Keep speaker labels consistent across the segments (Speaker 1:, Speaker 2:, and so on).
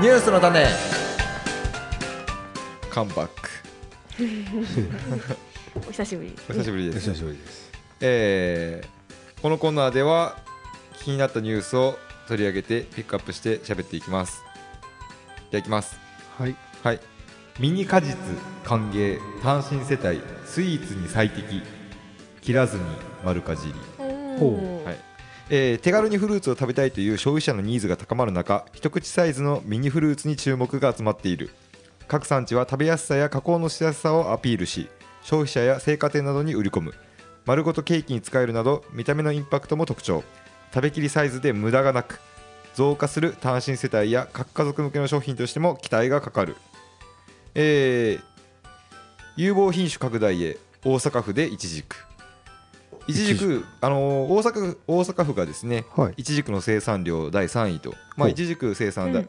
Speaker 1: ニュースの種カンバック
Speaker 2: お久しぶり。
Speaker 1: お久しぶりです、
Speaker 3: しぶりです。
Speaker 1: えーこのコーナーでは気になったニュースを取り上げてピックアップして喋っていきますいただきます
Speaker 3: はい。
Speaker 1: はいミニ果実歓迎単身世帯スイーツに最適切らずに丸かじり
Speaker 3: ほ
Speaker 1: はいえー手軽にフルーツを食べたいという消費者のニーズが高まる中一口サイズのミニフルーツに注目が集まっている各産地は食べやすさや加工のしやすさをアピールし消費者や青果店などに売り込む丸ごとケーキに使えるなど見た目のインパクトも特徴食べきりサイズで無駄がなく増加する単身世帯や各家族向けの商品としても期待がかかる、えー有望品種拡大へ大阪府でイチジクイチジ
Speaker 3: イチ
Speaker 1: ク、あのー大阪府大阪府がですね、
Speaker 3: はい
Speaker 1: イチジクの生産量第3位と、まあ、
Speaker 3: ほう
Speaker 1: イチジク生産だ、
Speaker 2: うん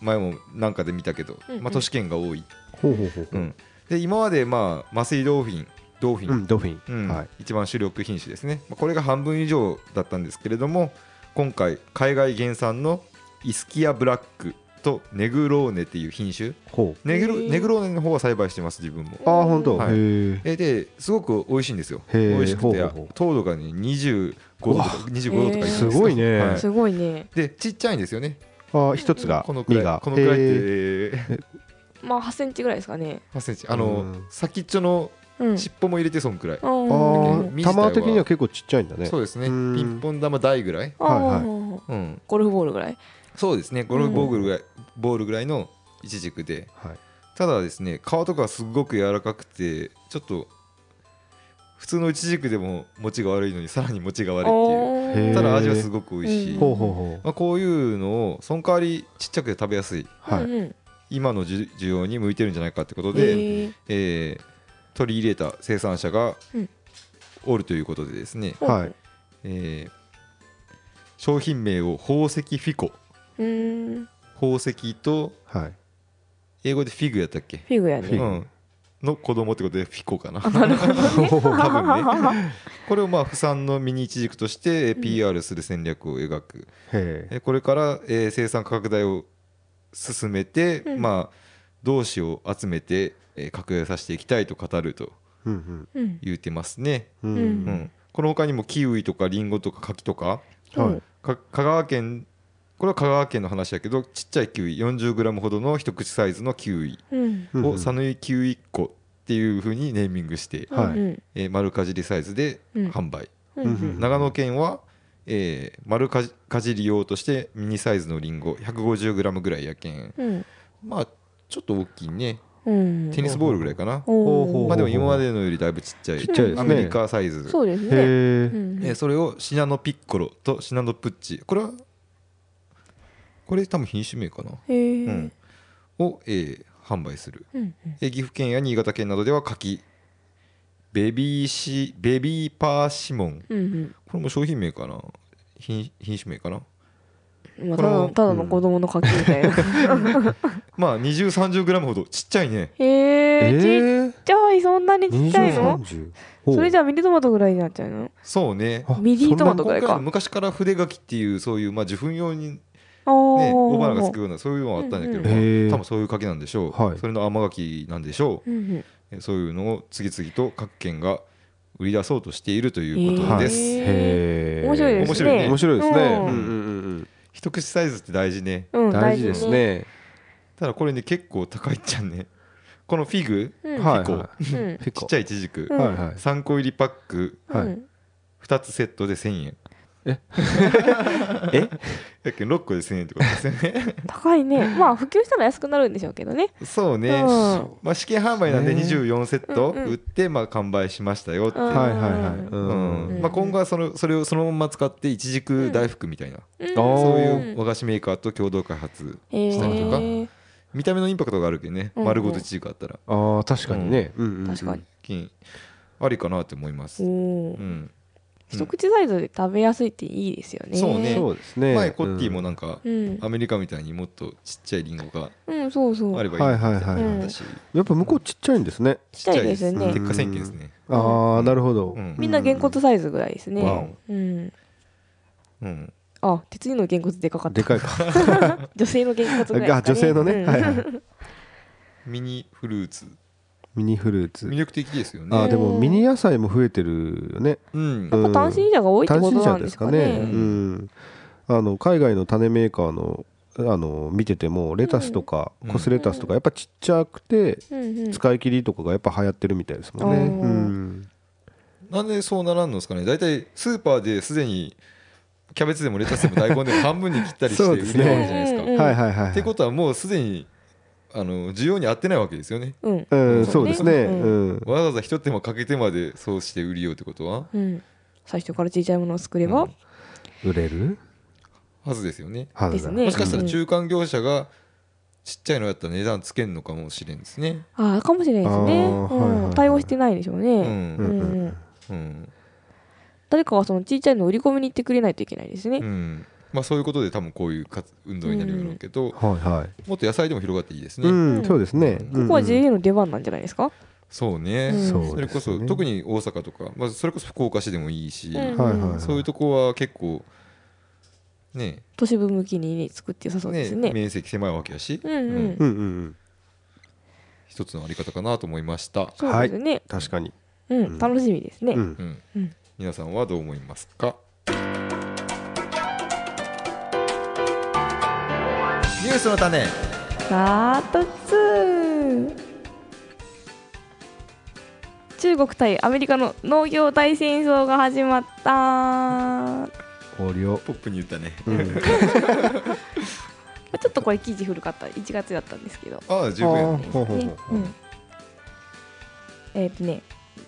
Speaker 1: 前もなんかで見たけど、
Speaker 2: うんうん
Speaker 1: まあ、都市圏が多い、
Speaker 3: ほうほうほう
Speaker 1: うんで今まで、まあ、麻酔ドーフィンドーフィン、
Speaker 3: うん、ドーフィ
Speaker 1: うん
Speaker 3: ン。はい。
Speaker 1: 一番主力品種ですね、まあこれが半分以上だったんですけれども今回海外原産のイスキアブラックとネグローネっていう品種
Speaker 3: ほう。
Speaker 1: ネグロ
Speaker 2: へー
Speaker 1: ネグローネの方は栽培してます自分も
Speaker 3: ああ、本当。
Speaker 1: はい
Speaker 3: へえ。
Speaker 1: えですごく美味しいんですよ
Speaker 3: へー
Speaker 1: 美味しく
Speaker 3: ほう
Speaker 1: て
Speaker 3: ほうほう
Speaker 1: 糖度がね25度とか
Speaker 3: うわ
Speaker 1: 25度とかいくんです
Speaker 3: す
Speaker 1: よ
Speaker 3: ごいね。
Speaker 1: はい
Speaker 2: すごいね。
Speaker 1: でちっちゃいんですよね
Speaker 3: ああ、一つが、
Speaker 1: このく
Speaker 3: 二
Speaker 1: ら
Speaker 3: が
Speaker 1: い、このくらいって、
Speaker 3: へえ
Speaker 1: え
Speaker 2: まあ8センチぐらいですかね。
Speaker 1: ー8センチあの
Speaker 3: うん
Speaker 1: 先っちょの
Speaker 2: うん。
Speaker 1: 尻尾も入れてそんくらい、
Speaker 2: あ
Speaker 3: あ
Speaker 1: ー
Speaker 2: ー
Speaker 1: 身自体
Speaker 3: あ、
Speaker 1: は
Speaker 3: 玉的には結構ちっちゃいんだね。
Speaker 1: そうですねピ
Speaker 3: うん
Speaker 1: ンポン玉台ぐらい、
Speaker 2: あー。
Speaker 3: はい
Speaker 1: うん、
Speaker 2: ゴルフボールぐらい。
Speaker 1: そうですねゴルフボールぐらい、ボールぐらいのイチジクで
Speaker 3: はい。
Speaker 1: ただですね皮とかすごく柔らかくてちょっと普通のイチジクでも持ちが悪いのにさらに持ちが悪いっ
Speaker 2: お
Speaker 1: てい
Speaker 3: へ
Speaker 1: う
Speaker 3: ー
Speaker 1: た
Speaker 2: ー
Speaker 1: だ味はすごく美味しい、
Speaker 2: うん
Speaker 3: ほうほうほう。
Speaker 1: まあ、こういうのをその代わりちっちゃくて食べやすい
Speaker 3: は
Speaker 2: うん
Speaker 3: い。
Speaker 2: うん
Speaker 1: 今の需需要に向いてるんじゃないかってこと
Speaker 2: へ
Speaker 1: で、
Speaker 2: ー
Speaker 1: えー取り入れた生産者が
Speaker 2: うん
Speaker 1: おるということでですね、
Speaker 2: ほう
Speaker 3: はい。
Speaker 1: えー商品名を宝石フィコ
Speaker 2: うーん。
Speaker 1: 宝
Speaker 2: フ
Speaker 1: 石と
Speaker 3: はい。
Speaker 1: 英語でフィグやったっけ、
Speaker 2: ィグや
Speaker 3: フィ
Speaker 2: ね
Speaker 3: グ。
Speaker 1: うん、の子供ってことでフィコかな 多分ねこれをまあ不産のミニイチジクとしてえー PR する戦略を描く、
Speaker 3: へえ。
Speaker 1: えーこれからえー生産拡大を進めて、
Speaker 2: うん
Speaker 1: まあ同志を集めてえー拡大させていきたいと語ると
Speaker 3: うん
Speaker 2: うん。
Speaker 1: 言ってますね、
Speaker 3: うん。
Speaker 2: う
Speaker 3: うんん
Speaker 1: う。ん、この他にもキウイとかリンゴとか柿とか
Speaker 3: はい
Speaker 2: うん
Speaker 1: か香川県これは香川県の話やけどちっちゃいキウイ 40g ほどの一口サイズのキウイ
Speaker 2: うん。
Speaker 3: うん
Speaker 1: をサヌイキウイ1個っていうふうにネーミングして、
Speaker 3: はい
Speaker 2: うん
Speaker 1: えー丸かじりサイズで
Speaker 2: うん
Speaker 1: 販売、
Speaker 2: うん
Speaker 3: うん
Speaker 1: 長野県は、えー丸かじかじり用としてミニサイズのリンゴ 150g ぐらいやけん
Speaker 2: うん。
Speaker 1: まあちょっと大きいね
Speaker 2: うん。
Speaker 1: テニスボールぐらいかな、
Speaker 2: おー
Speaker 3: ほうほう
Speaker 1: まあでも今までのよりだいぶちっちゃい
Speaker 3: ちっちゃいですね
Speaker 1: アメリカサイズ
Speaker 2: そうですね。
Speaker 3: へ
Speaker 2: う
Speaker 3: え。
Speaker 2: ん
Speaker 1: えーそれをシナノピッコロとシナノプッチこれはこれ多分品種名かな、
Speaker 2: へー
Speaker 1: うんを、えー販売する、
Speaker 2: うん
Speaker 1: えー岐阜県や新潟県などでは柿ベビーシベビーパーシモン
Speaker 2: うん
Speaker 1: これも商品名かな品品種名かな
Speaker 2: うん。まあ
Speaker 1: これ
Speaker 2: ただ
Speaker 1: も
Speaker 2: のただの子供の柿みたいな。
Speaker 1: まあ2 0 3 0ムほどちっちゃいね
Speaker 2: へえ。ちっ
Speaker 3: ええ。
Speaker 2: ちゃいそんなにちっちゃいの？
Speaker 3: 20 30
Speaker 2: それじゃ
Speaker 3: ゃ
Speaker 2: あミニトマトぐらいになっちゃうの？
Speaker 1: そうね
Speaker 2: ミリートマト
Speaker 1: 今
Speaker 2: ぐ
Speaker 1: 回
Speaker 2: らいか
Speaker 1: の昔から筆柿っていうそういうまあ受粉用にね
Speaker 2: あー
Speaker 1: 雄花がつくようなそういうのはあったんだけど、
Speaker 2: うん
Speaker 3: うん
Speaker 1: ま
Speaker 3: へー
Speaker 1: あ多分そういう柿なんでしょう、
Speaker 3: はい
Speaker 1: それの甘柿なんでしょう、
Speaker 2: うんうん
Speaker 1: えーそういうのを次々と各県が売り出そうとしているということです。
Speaker 2: へー
Speaker 3: へえ。
Speaker 2: 面白いですね
Speaker 3: 面白いですね。
Speaker 2: うん
Speaker 3: うんうんうん
Speaker 1: 一口サイズって大事ね。
Speaker 2: う
Speaker 3: うんん。大事です。ね。
Speaker 1: ただこれね結構高いっちゃんね。このフィグ
Speaker 2: うん
Speaker 3: はい
Speaker 1: ピコ
Speaker 3: は
Speaker 2: うん
Speaker 3: い。結
Speaker 1: ちっ
Speaker 3: 構
Speaker 1: ちゃいイチジク
Speaker 2: うん
Speaker 3: はいはい。
Speaker 1: 3個入りパック
Speaker 3: は
Speaker 2: う
Speaker 3: い
Speaker 2: ん
Speaker 1: 2つセットで1000円。
Speaker 3: え
Speaker 1: えやっけん6個で1000円ってことですよね。
Speaker 2: 高い ね。まあ普及したら安くなるんでしょうけどね。
Speaker 1: そうね。
Speaker 2: うん
Speaker 1: まあ試験販売なんで
Speaker 3: ね
Speaker 1: 24セット
Speaker 2: うんうん
Speaker 1: 売ってまあ完売しましたよって。
Speaker 2: うん
Speaker 3: はいはいはい。う
Speaker 1: うんんまあ、今後はそのそれをそのまま使ってイチジク大福みたいな、
Speaker 2: うん
Speaker 3: ー
Speaker 1: そういう和菓子メーカーと共同開発したりとか
Speaker 2: へー
Speaker 1: 見た目のインパクトがあるけどね、
Speaker 2: うんうん
Speaker 1: 丸ごとイチジクあったら
Speaker 3: ああ確かにね、うんうんうん
Speaker 2: 確かに。
Speaker 1: 金ありかなって思います、う
Speaker 2: おー
Speaker 1: ん
Speaker 2: 一口サイズで食べやすいっていいですよね。
Speaker 1: そうね
Speaker 3: そうですね
Speaker 1: 前コッティもなんか、
Speaker 2: うん
Speaker 1: アメリカみたいにもっとちっちゃいリンゴが
Speaker 2: うんそうそう。
Speaker 1: あれ
Speaker 2: ちっ
Speaker 1: ばいいなって
Speaker 3: はいはいはい
Speaker 2: はい
Speaker 1: 話
Speaker 3: やっぱ向こうちっちゃいんですね
Speaker 2: ちゃいですね。
Speaker 1: 結果宣言ですね、
Speaker 3: ああなるほど、
Speaker 1: うん
Speaker 2: みんなげんこつサイズぐらいです
Speaker 1: わ
Speaker 2: ね。うん。
Speaker 1: うん
Speaker 2: あ鉄人のげんこつでかかった
Speaker 3: でかい か。
Speaker 2: 女性のげんこつぐらいですか、ね、
Speaker 3: が女性のね。
Speaker 2: うん
Speaker 3: はいはい。
Speaker 1: ミニフルーツ
Speaker 3: ミニフルーツ
Speaker 1: 魅。力的ですよね
Speaker 3: あーでもミニ野菜も増えてるよね。
Speaker 1: うん
Speaker 3: う
Speaker 2: やっぱ単身者が多いって
Speaker 3: 単
Speaker 2: こと
Speaker 3: 身
Speaker 2: な
Speaker 3: 者
Speaker 2: ん
Speaker 3: で
Speaker 2: ですす
Speaker 3: か
Speaker 2: か
Speaker 3: ね。
Speaker 2: ね
Speaker 3: うん。あの海外の種メーカーのあの見ててもレタスとか
Speaker 1: うん
Speaker 3: コスレタスとかやっぱちっちゃくて
Speaker 2: うんうん
Speaker 3: 使い切りとかがやっぱ流行ってるみたいですもん
Speaker 2: う
Speaker 3: ね。
Speaker 2: ん
Speaker 3: うん。
Speaker 1: なんでそうならんのですかね大体スーパーですでにキャベツでもレタスでも大根でも半分に切ったりして
Speaker 3: そう
Speaker 1: 売
Speaker 3: です
Speaker 1: り
Speaker 3: ね
Speaker 1: 合うじゃないですか。
Speaker 2: うんうん
Speaker 3: はいはいはい。
Speaker 1: ってことはもうすでにあの需要に合ってないわけですよね。
Speaker 2: うん
Speaker 3: うんそうですね。
Speaker 2: うん
Speaker 3: うん。
Speaker 1: わざわざ一手間かけてまでそうして売りようってことは
Speaker 2: うん最初からちっちゃいものを作れば、
Speaker 1: うん
Speaker 3: 売れる
Speaker 1: はずですよね。
Speaker 3: は
Speaker 2: で
Speaker 3: ず
Speaker 2: す
Speaker 3: だ。
Speaker 2: ね
Speaker 1: もしかしたら中間業者がちっちゃいのやったら値段つけんのかもしれんですね。
Speaker 2: ああかもしれないですね、
Speaker 3: あーはいはいは
Speaker 2: う
Speaker 3: い
Speaker 2: ん、対応してないでしょうね、
Speaker 1: うん
Speaker 2: うんうん
Speaker 1: うん
Speaker 2: 誰かはそのちっちゃいのを売り込みに行ってくれないといけないですね、
Speaker 1: うんまあそういうことで多分こういう活運動になるんだろうけど、
Speaker 3: はいはい。
Speaker 1: もっと野菜でも広がっていいですね。
Speaker 3: うん、そうですね。
Speaker 1: こ
Speaker 2: ここは JA の出番なんじゃないですか、
Speaker 1: そうね、
Speaker 2: うん
Speaker 3: そうですね
Speaker 1: それこそ特に大阪とか、まあ、それこそ福岡市でもいいし、
Speaker 2: うん
Speaker 3: はいはい
Speaker 1: そういうとこは結構ね
Speaker 2: 都市部向きに、ね、作って良さそうですね
Speaker 1: 面積狭いわけやし、
Speaker 2: うんうん、
Speaker 1: うん
Speaker 3: うんうんうん。
Speaker 1: 一つのあり方かなと思いました、
Speaker 2: そうですね、
Speaker 3: 確かに。
Speaker 2: うん、楽しみですね、
Speaker 3: うん
Speaker 1: う。ん
Speaker 2: うん
Speaker 1: 皆さんはどう思いますかニュースの種
Speaker 2: パート2中国対アメリカの農業大戦争が始まった
Speaker 3: 氷を。
Speaker 1: ポップに言ったね
Speaker 3: うん。
Speaker 2: ちょっとこれ記事古かった1月だったんですけど、
Speaker 1: ああ十分や
Speaker 3: あー
Speaker 1: ね
Speaker 3: ほうほう
Speaker 2: ね
Speaker 3: ほ
Speaker 2: う、
Speaker 3: うん
Speaker 2: えっ、とね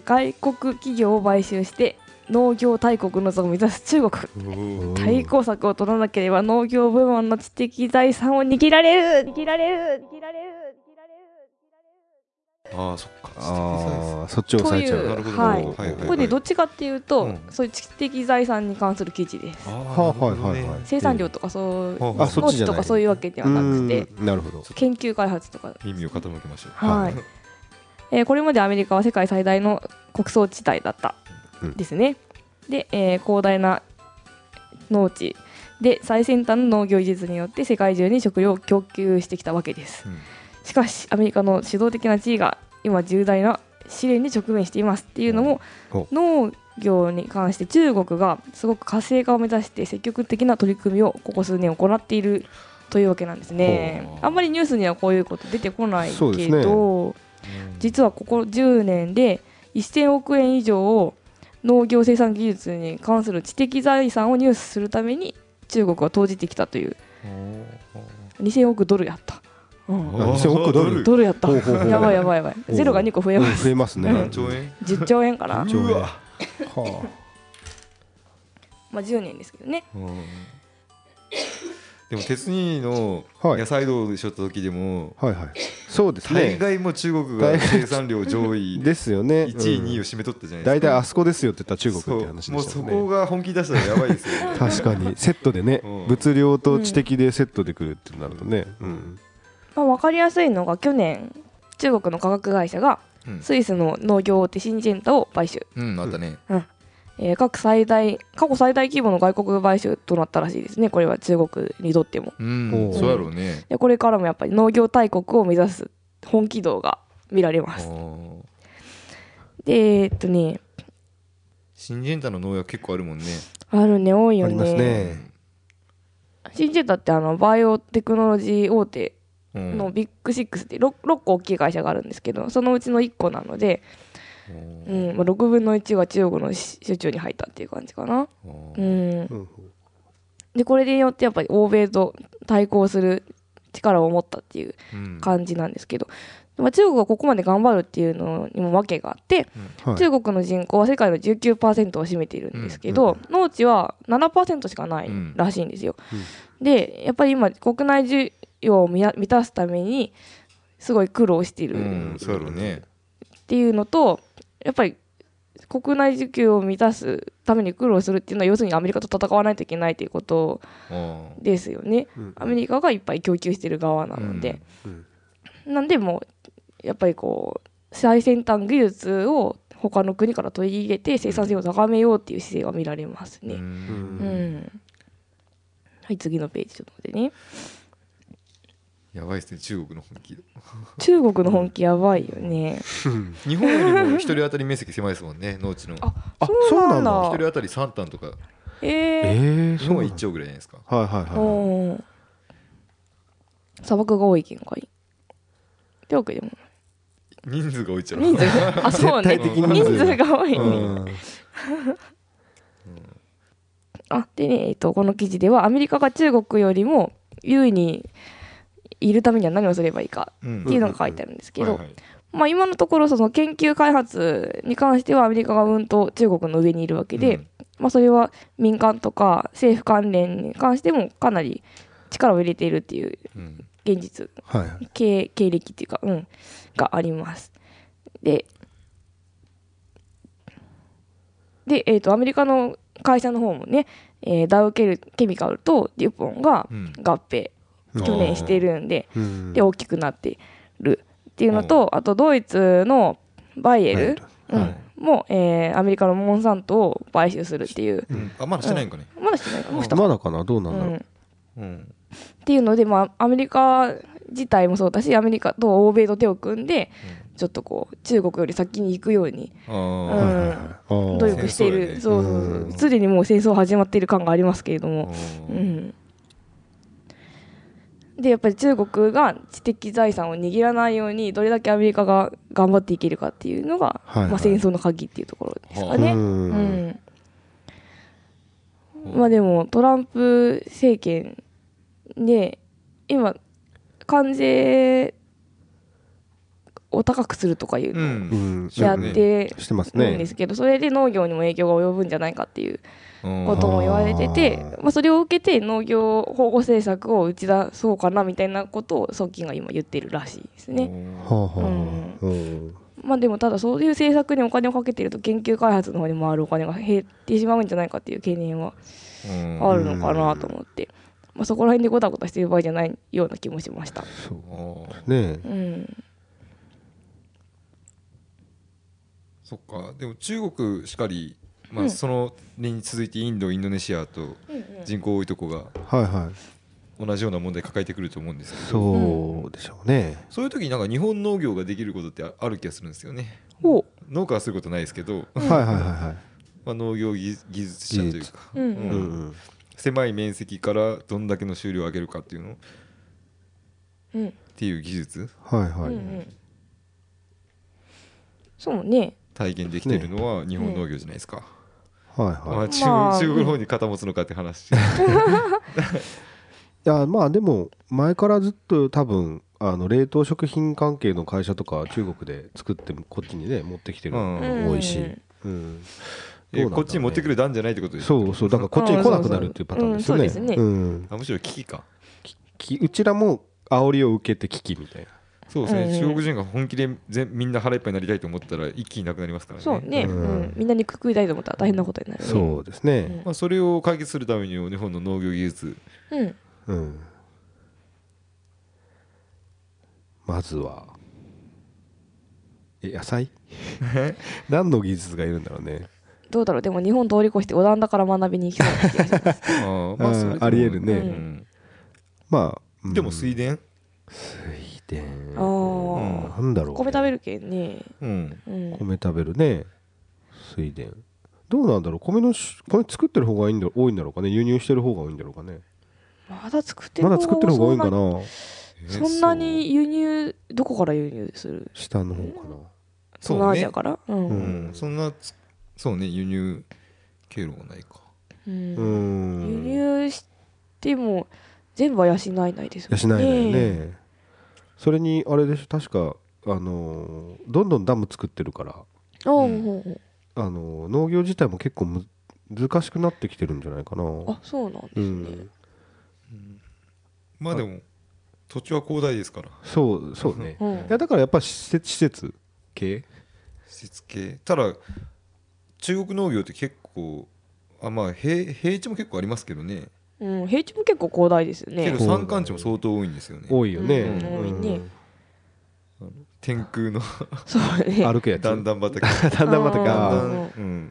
Speaker 2: 外国企業を買収して農業大国の座を目指す中国
Speaker 1: おお
Speaker 2: 対抗策を取らなければ農業部門の知的財産を握られる握られる握られる握られる
Speaker 1: ああそっか
Speaker 3: ああ、そっちを抑えちゃ
Speaker 2: という
Speaker 1: な
Speaker 3: う。
Speaker 1: るほど、
Speaker 2: はい
Speaker 1: はいはい
Speaker 2: これでどっちかっていうと、
Speaker 1: うん
Speaker 2: そういう知的財産に関する記事です
Speaker 1: ああ
Speaker 3: はあはい
Speaker 1: なるほ
Speaker 3: はいは
Speaker 1: ど
Speaker 3: い
Speaker 1: ね。
Speaker 2: 生産量とかそう
Speaker 1: はあはあ
Speaker 3: あそ
Speaker 2: 農
Speaker 3: っちじ
Speaker 2: 地
Speaker 3: ゃな
Speaker 2: と
Speaker 3: い
Speaker 2: かそういうわけではなくて
Speaker 3: うんなるほど。
Speaker 2: 研究開発とか、
Speaker 1: 耳を傾けましょう
Speaker 2: はいえーこれまでアメリカは世界最大の穀倉地帯だった
Speaker 3: うん
Speaker 2: ですね、で、えー広大な農地で最先端の農業技術によって世界中に食料を供給してきたわけです
Speaker 1: うん
Speaker 2: しかしアメリカの主導的な地位が今重大な試練に直面していますっていうのも
Speaker 3: お
Speaker 2: 農業に関して中国がすごく活性化を目指して積極的な取り組みをここ数年行っているというわけなんですね
Speaker 1: ほう
Speaker 2: あんまりニュースにはこういうこと出てこない
Speaker 3: そう
Speaker 2: け
Speaker 3: ですね
Speaker 2: ど、実はここ10年で1000億円以上を農業生産技術に関する知的財産を入手するために中国は投じてきたという2000億ドルやった、うん
Speaker 1: あ
Speaker 3: 2000億ドル
Speaker 2: ドルやった
Speaker 3: ほうほうほう
Speaker 2: やばいやばいやばい
Speaker 3: おう
Speaker 2: ゼロが2個増え
Speaker 3: う
Speaker 2: ま
Speaker 3: ん
Speaker 2: す
Speaker 3: 増えますね。
Speaker 1: 何兆円
Speaker 2: 10兆円から
Speaker 3: 兆円
Speaker 1: うわ
Speaker 3: は
Speaker 2: まあ10年ですけどね
Speaker 1: うんでも鉄人の
Speaker 3: はい
Speaker 1: 野菜道でしょった時でも
Speaker 3: あはいはい。そうです
Speaker 1: 大
Speaker 3: ね。
Speaker 1: 概もう中国が
Speaker 3: 大概
Speaker 1: 生産量上位1
Speaker 3: ですよね。
Speaker 1: 位
Speaker 3: うん
Speaker 1: 2位を占めとったじゃない
Speaker 3: 大
Speaker 1: ですか
Speaker 3: 体あそこですよって言ったら中国って話でし
Speaker 1: そう
Speaker 3: たよ
Speaker 1: もうそこ
Speaker 3: ね。
Speaker 1: が本気出したらやばいですよ ね
Speaker 3: 確かにセットでね
Speaker 1: うん、
Speaker 3: 物量と知的でセットでくるってなるとね。うん
Speaker 2: まあ、分かりやすいのが去年中国の化学会社が
Speaker 1: うん
Speaker 2: スイスの農業大手シンジェンタを買収、
Speaker 1: うんあったね
Speaker 2: えー各最大過去最大規模の外国買収となったらしいですねこれは中国にとっても
Speaker 1: うん
Speaker 3: おう
Speaker 1: そうやろうね
Speaker 2: でこれからもやっぱり農業大国を目指す本気度が見られ
Speaker 1: あ
Speaker 2: ます
Speaker 1: ー
Speaker 2: でえーっとね
Speaker 1: 新人太の農薬結構あるもんね
Speaker 2: あるね多いよ
Speaker 3: あります
Speaker 2: ね
Speaker 3: ね
Speaker 1: え
Speaker 3: え
Speaker 2: シンジェンタってあのバイオテクノロジー大手
Speaker 1: う
Speaker 2: の
Speaker 1: ん
Speaker 2: ビッグシックスって 6, 6個大きい会社があるんですけどそのうちの1個なので、う
Speaker 1: うん
Speaker 2: んまあ、6分の1が中国の市市中に入ったっていう感じかな、うん、
Speaker 3: うん
Speaker 2: でこれによってやっぱり欧米と対抗する力を持ったっていう
Speaker 1: うん
Speaker 2: 感じなんですけど、まあ、中国がここまで頑張るっていうのにも訳があって、
Speaker 3: はい
Speaker 2: 中国の人口は世界の19%を占めているんですけど、農地は7%しかないらしいんですよ。でやっぱり今国内需要をみな満たすためにすごい苦労していうるっ
Speaker 1: んそうやろうね
Speaker 2: ていうのと、やっぱり国内需給を満たすために苦労するっていうのは要するにアメリカと戦わないといけないということ
Speaker 1: あ
Speaker 2: ですよね。
Speaker 3: うん
Speaker 2: アメリカがいっぱい供給してる側な
Speaker 1: ー
Speaker 2: ので、
Speaker 3: うん
Speaker 2: なんでもうやっぱりこう最先端技術を他の国から取り入れて生産性を高めようっていう姿勢が見られます
Speaker 1: う
Speaker 2: ね。
Speaker 1: ん
Speaker 2: うんはい次のページちょっと待ってね
Speaker 1: やばいですね中国の本気
Speaker 2: 中国の本気やばいよね
Speaker 1: 日本よりも一人当たり面積狭いですもんね 農地の一
Speaker 2: あ
Speaker 3: あ
Speaker 2: そうなん
Speaker 3: そう
Speaker 2: だ
Speaker 1: 人当たり3単とか
Speaker 2: え
Speaker 3: え
Speaker 2: え
Speaker 3: ー、
Speaker 1: 日
Speaker 3: そ
Speaker 1: 本
Speaker 3: う
Speaker 1: は
Speaker 3: な
Speaker 1: 1
Speaker 3: んだ
Speaker 1: 兆ぐらいじゃないですか
Speaker 3: はいはいは
Speaker 2: うん砂漠が多い県がいいってわけでも
Speaker 1: 人数が多いっちゃう
Speaker 2: 人数があそうね
Speaker 3: 絶対的人数
Speaker 2: 人数が多い
Speaker 3: い、
Speaker 2: ね、
Speaker 3: うん、
Speaker 2: あでね、えっと、この記事ではアメリカが中国よりも優位にいるためには何をすればいいか
Speaker 1: うん
Speaker 2: っていうのが書いてあるんですけど、
Speaker 1: はいはい
Speaker 2: まあ、今のところその研究開発に関してはアメリカがうんと中国の上にいるわけで、
Speaker 1: うん
Speaker 2: まあ、それは民間とか政府関連に関してもかなり力を入れているっていう
Speaker 1: うん
Speaker 2: 現実
Speaker 3: はいはい
Speaker 2: 経経歴っていうか、うん、があります。で、で、えっ、と、アメリカの会社の方もね、えーダウケルケミカルとデュポンが
Speaker 1: うん
Speaker 2: 合併、去年してるんで、
Speaker 3: うん
Speaker 2: で、大きくなってるっていうのと、あと、ドイツのバイエル、
Speaker 3: は
Speaker 2: うんも、えーアメリカのモンサントを買収するっていう、
Speaker 1: うんあまだしてないんかね
Speaker 2: まだしてないもうした、
Speaker 3: まだかなどうな
Speaker 2: うん
Speaker 3: だろう、
Speaker 2: ん、
Speaker 1: うん
Speaker 2: っていうので、まあ、アメリカ自体もそうだしアメリカと欧米と手を組んで、ちょっとこう中国より先に行くように
Speaker 1: あ
Speaker 2: う
Speaker 1: ー
Speaker 2: ん
Speaker 3: ん
Speaker 2: 努力している、
Speaker 1: 戦
Speaker 2: そう
Speaker 3: 争だ
Speaker 2: そうそう
Speaker 3: よねうん
Speaker 2: すでにもう戦争始まっている感がありますけれど
Speaker 1: あ
Speaker 2: も、う
Speaker 1: ー
Speaker 2: ん、でやっぱり中国が知的財産を握らないようにどれだけアメリカが頑張っていけるかっていうのが、
Speaker 3: はいはい
Speaker 2: まあ、戦争の鍵っていうところですかね。
Speaker 3: うん
Speaker 2: うんまあでもトランプ政権で今関税を高くするとかいう
Speaker 1: う
Speaker 2: のを
Speaker 1: ん
Speaker 3: うん
Speaker 2: やっ
Speaker 1: ね
Speaker 2: て
Speaker 3: してます
Speaker 2: るんで
Speaker 3: ね
Speaker 2: すけどそれで農業にも影響が及ぶんじゃないかっていう
Speaker 1: うん
Speaker 2: ことも言われてて
Speaker 3: あー
Speaker 2: まあそれを受けて農業保護政策を打ち出そうかなみたいなことを側近が今言ってるらしいですね。
Speaker 3: はあはあ
Speaker 2: うん
Speaker 3: うん
Speaker 2: まあでもただそういう政策にお金をかけてると研究開発の方に回るお金が減ってしまうんじゃないかっていう懸念は
Speaker 1: うん
Speaker 2: あるのかなと思って、まあ、そこら辺でごたごたしてる場合じゃないような気もしました。
Speaker 3: そう
Speaker 1: あー
Speaker 3: ねえ
Speaker 2: うん、
Speaker 1: そっかでも中国しかり
Speaker 2: う
Speaker 1: ま
Speaker 2: ん
Speaker 1: あその年に続いてインドインドネシアと人口多いとこが
Speaker 3: はいはい
Speaker 1: 同じような問題抱えてくると思うんですけど
Speaker 3: そうでしょうね
Speaker 1: そういう時になんか日本農業ができることってあある気がするんですよね
Speaker 2: おう、
Speaker 1: 農家はすることないですけど、
Speaker 3: はいはいはいは
Speaker 1: まあ、農業技技術者というか、
Speaker 2: うんう
Speaker 3: い
Speaker 2: ん
Speaker 3: う
Speaker 1: うん
Speaker 3: ん
Speaker 1: 狭い面積からどんだけの収量を上げるかっていうのっ
Speaker 2: うん
Speaker 1: ていう技術
Speaker 3: はい
Speaker 2: うんう
Speaker 3: はい
Speaker 2: ん、そうね
Speaker 1: 体験できてるのは日本農業じゃないですか、
Speaker 3: はい
Speaker 1: ま
Speaker 3: はい
Speaker 1: あ、中
Speaker 2: まあ
Speaker 1: 中国の方に肩持つのかって話
Speaker 3: いやまあでも前からずっと多分あの冷凍食品関係の会社とか中国で作ってこっちにね持ってきてる
Speaker 1: うん
Speaker 3: 多いし
Speaker 2: うんうん
Speaker 3: うん
Speaker 1: えこっちに持ってく
Speaker 3: る
Speaker 1: る段じゃないってことでしょ
Speaker 3: そうそうだからこっちに来なくなるっていうパターンですよね
Speaker 2: うんそうそうそう
Speaker 3: うん
Speaker 1: あむしろ危機か
Speaker 3: きうちらも煽りを受けて危機みたいな
Speaker 1: そうですね、
Speaker 2: うんうん
Speaker 1: 中国人が本気で全みんな腹いっぱいになりたいと思ったら一気になくなりますからね
Speaker 2: そうね、う
Speaker 3: うんん
Speaker 2: みんな肉食いたいと思ったら大変なことになる、ね、
Speaker 3: そうですね
Speaker 1: まあ、それを解決するためにも日本の農業技術
Speaker 2: うん、うん、
Speaker 3: うんまずはえ野菜何の技術がいるんだろうね
Speaker 2: どうだろうでも日本通り越してオランダから学びに行きそうな気がします
Speaker 1: あー、ま
Speaker 3: う
Speaker 1: あ、
Speaker 3: ん
Speaker 1: それでも
Speaker 3: ありえるね
Speaker 1: うん
Speaker 3: まあ
Speaker 1: でも水
Speaker 3: 水
Speaker 1: 田
Speaker 2: あ
Speaker 3: 田
Speaker 2: ー
Speaker 3: なんだろう
Speaker 2: 米食べるけんね、
Speaker 1: うん
Speaker 2: うん、
Speaker 3: 米食べるね水田どうなんだろう米のし米作ってる方がいいんだ多いんだろうかね輸入してる方が多いんだろうかね
Speaker 2: まだ作ってる
Speaker 3: まだ作ってる方が多いんか
Speaker 2: な
Speaker 3: な
Speaker 2: そんなに輸入どこから輸入する
Speaker 3: 下の方かな
Speaker 1: そう
Speaker 2: 東南ア
Speaker 1: ね
Speaker 2: ジアからう
Speaker 1: うんん、そんなつそうね輸入経路がないか
Speaker 2: うん
Speaker 3: うーん
Speaker 2: 輸入しても全部は養えないです
Speaker 3: いやしないのよね、
Speaker 2: え
Speaker 3: それにあれでしょ確かあのーどんどんダム作ってるから
Speaker 2: えおう
Speaker 1: うん
Speaker 2: ほうほう
Speaker 3: あのー農業自体も結構む難しくなってきてるんじゃないかな
Speaker 2: あそうなんです
Speaker 3: う
Speaker 2: ね
Speaker 3: ん
Speaker 1: まあでも土地は広大ですから
Speaker 3: そうそうね、
Speaker 2: うん
Speaker 3: いやだからやっぱ施設施設系
Speaker 1: 施設系ただ中国農業って結構あまあ平平地も結構ありますけどね
Speaker 2: うん平地も結構広大ですよ
Speaker 1: け
Speaker 2: ね
Speaker 1: ど山間地も相当多いんですよね
Speaker 3: 多いよね、
Speaker 2: うん多いね
Speaker 1: 天空の
Speaker 2: そうね
Speaker 3: 歩くやつ
Speaker 1: 段々畑
Speaker 3: だんだんまた
Speaker 1: 段
Speaker 2: あ
Speaker 3: か
Speaker 1: 々、うん、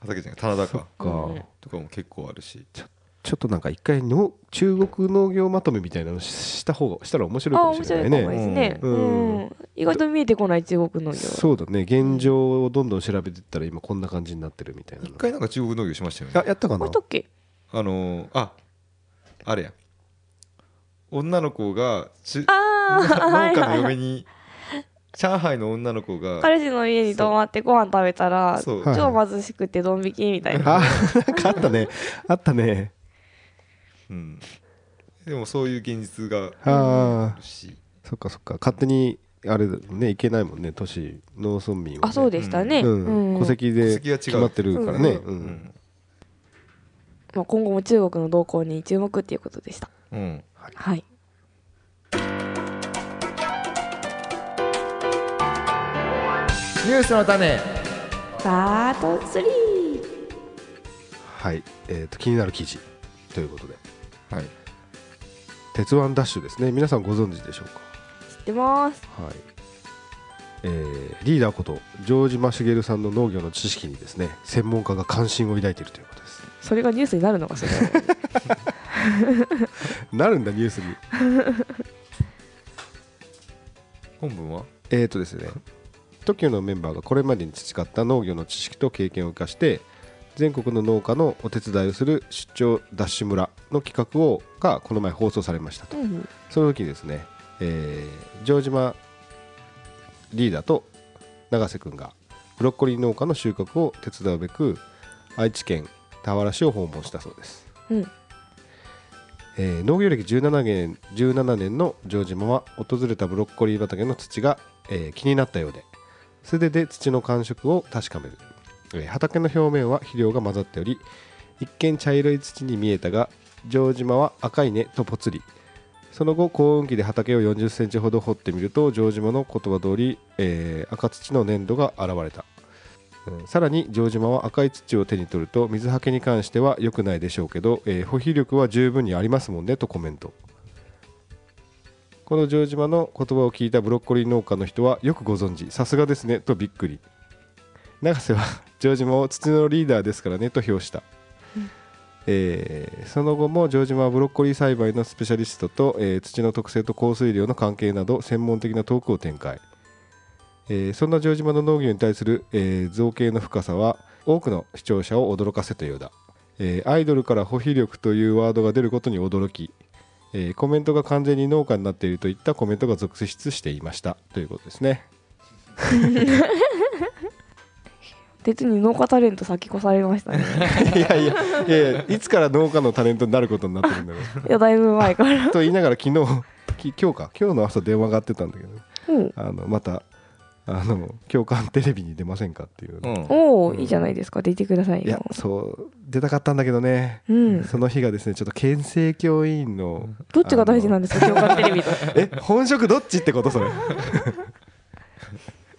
Speaker 1: 畑じゃない棚田か
Speaker 2: う
Speaker 3: か、
Speaker 2: ん
Speaker 1: とかも結構あるし
Speaker 3: ちょっとなんか一回の中国農業まとめみたいなのしした方がしたら面白い
Speaker 2: あ
Speaker 3: か
Speaker 2: あ
Speaker 3: も
Speaker 2: 面
Speaker 3: しれ
Speaker 2: 白
Speaker 3: ないい
Speaker 2: かもで
Speaker 3: ね。
Speaker 2: すね、
Speaker 3: う
Speaker 2: うんん意外と見えてこない中国農業
Speaker 3: そうだね現状をどんどん調べてったら今こんな感じになってるみたいな
Speaker 1: 一
Speaker 3: の
Speaker 1: 回なんか中国農業しましたよね
Speaker 3: あやったか
Speaker 2: これ
Speaker 3: な
Speaker 2: だっけ
Speaker 1: あのーああれや女の子がち
Speaker 2: あ
Speaker 1: 農
Speaker 2: あはい
Speaker 1: 家の
Speaker 2: はい
Speaker 1: 嫁に上海の女の子が
Speaker 2: 彼氏の家に泊まってご飯食べたら
Speaker 1: そう
Speaker 3: はい
Speaker 2: 超貧しくてドン引きみたいな
Speaker 3: あなんかあったねあったね
Speaker 1: うん、でもそういう現実が
Speaker 3: あ
Speaker 1: あ
Speaker 3: あ
Speaker 1: るし
Speaker 3: そっかそっか勝手にあれだねいけないもんね都市農村民は、ね、
Speaker 2: あそうでしたね、
Speaker 3: うん
Speaker 2: うん
Speaker 3: 戸籍
Speaker 1: 戸
Speaker 3: で
Speaker 1: 籍は違う
Speaker 3: 決まってるからね、うん
Speaker 1: うん
Speaker 2: まあ、今後も中国の動向に注目っていうことでした
Speaker 1: うん
Speaker 2: はい
Speaker 1: ニュースの種
Speaker 2: パート3
Speaker 3: はい、えー、と気になる記事ということで
Speaker 1: はい
Speaker 3: 「鉄腕ダッシュ」ですね皆さんご存知でしょうか
Speaker 2: 知ってます
Speaker 3: はいえーリーダーことジョージ・マシュゲルさんの農業の知識にですね専門家が関心を抱いているということです
Speaker 2: それがニュースになるのかそれは
Speaker 3: なるんだニュースに
Speaker 1: 本文は
Speaker 3: えー、とですね TOKIO のメンバーがこれまでに培った農業の知識と経験を生かして全国の農家のお手伝いをする出張ダッシュ村の企画をがこの前放送されましたと
Speaker 2: うん
Speaker 3: その時にですね、えー、城島リーダーと永瀬君がブロッコリー農家の収穫を手伝うべく愛知県田原市を訪問したそうです、
Speaker 2: うん
Speaker 3: えー農業歴17年 ,17 年の城島は訪れたブロッコリー畑の土が、えー気になったようで素手で土の感触を確かめる、えー畑の表面は肥料が混ざっており一見茶色い土に見えたが城島は赤いねとぽつりその後耕運機で畑を4 0センチほど掘ってみると城島の言葉通り、えー赤土の粘土が現れた、うんさらに城島は赤い土を手に取ると水はけに関しては良くないでしょうけど、えー保肥力は十分にありますもんねとコメントこの城島の言葉を聞いたブロッコリー農家の人はよくご存知さすがですねとびっくり永瀬は 城島を土のリーダーですからねと評したえーその後も城島はブロッコリー栽培のスペシャリストと、えー土の特性と降水量の関係など専門的なトークを展開、えーそんな城島の農業に対する、えー造形の深さは多くの視聴者を驚かせたようだ、えーアイドルから保肥力というワードが出ることに驚き、えーコメントが完全に農家になっているといったコメントが続出していましたということですね
Speaker 2: 鉄に農家タレント先越されましたね
Speaker 3: いやいやいやいやいつから農家のタレントになることになってるんだろう
Speaker 2: いやだいぶ前から
Speaker 3: と言いながら昨日き今日か今日の朝電話があってたんだけど
Speaker 2: うん
Speaker 3: あのまたあの共感テレビに出ませんかっていう、
Speaker 1: う
Speaker 3: い
Speaker 1: ん
Speaker 2: おお、
Speaker 3: うん
Speaker 2: いいじゃないですか出てください
Speaker 3: や
Speaker 2: よ
Speaker 3: そう出たかったんだけどね、
Speaker 2: うん
Speaker 3: その日がですねちょっと県政教委員の
Speaker 2: どっちが大事なんですか教科テレビ と
Speaker 3: え本職どっちってことそれ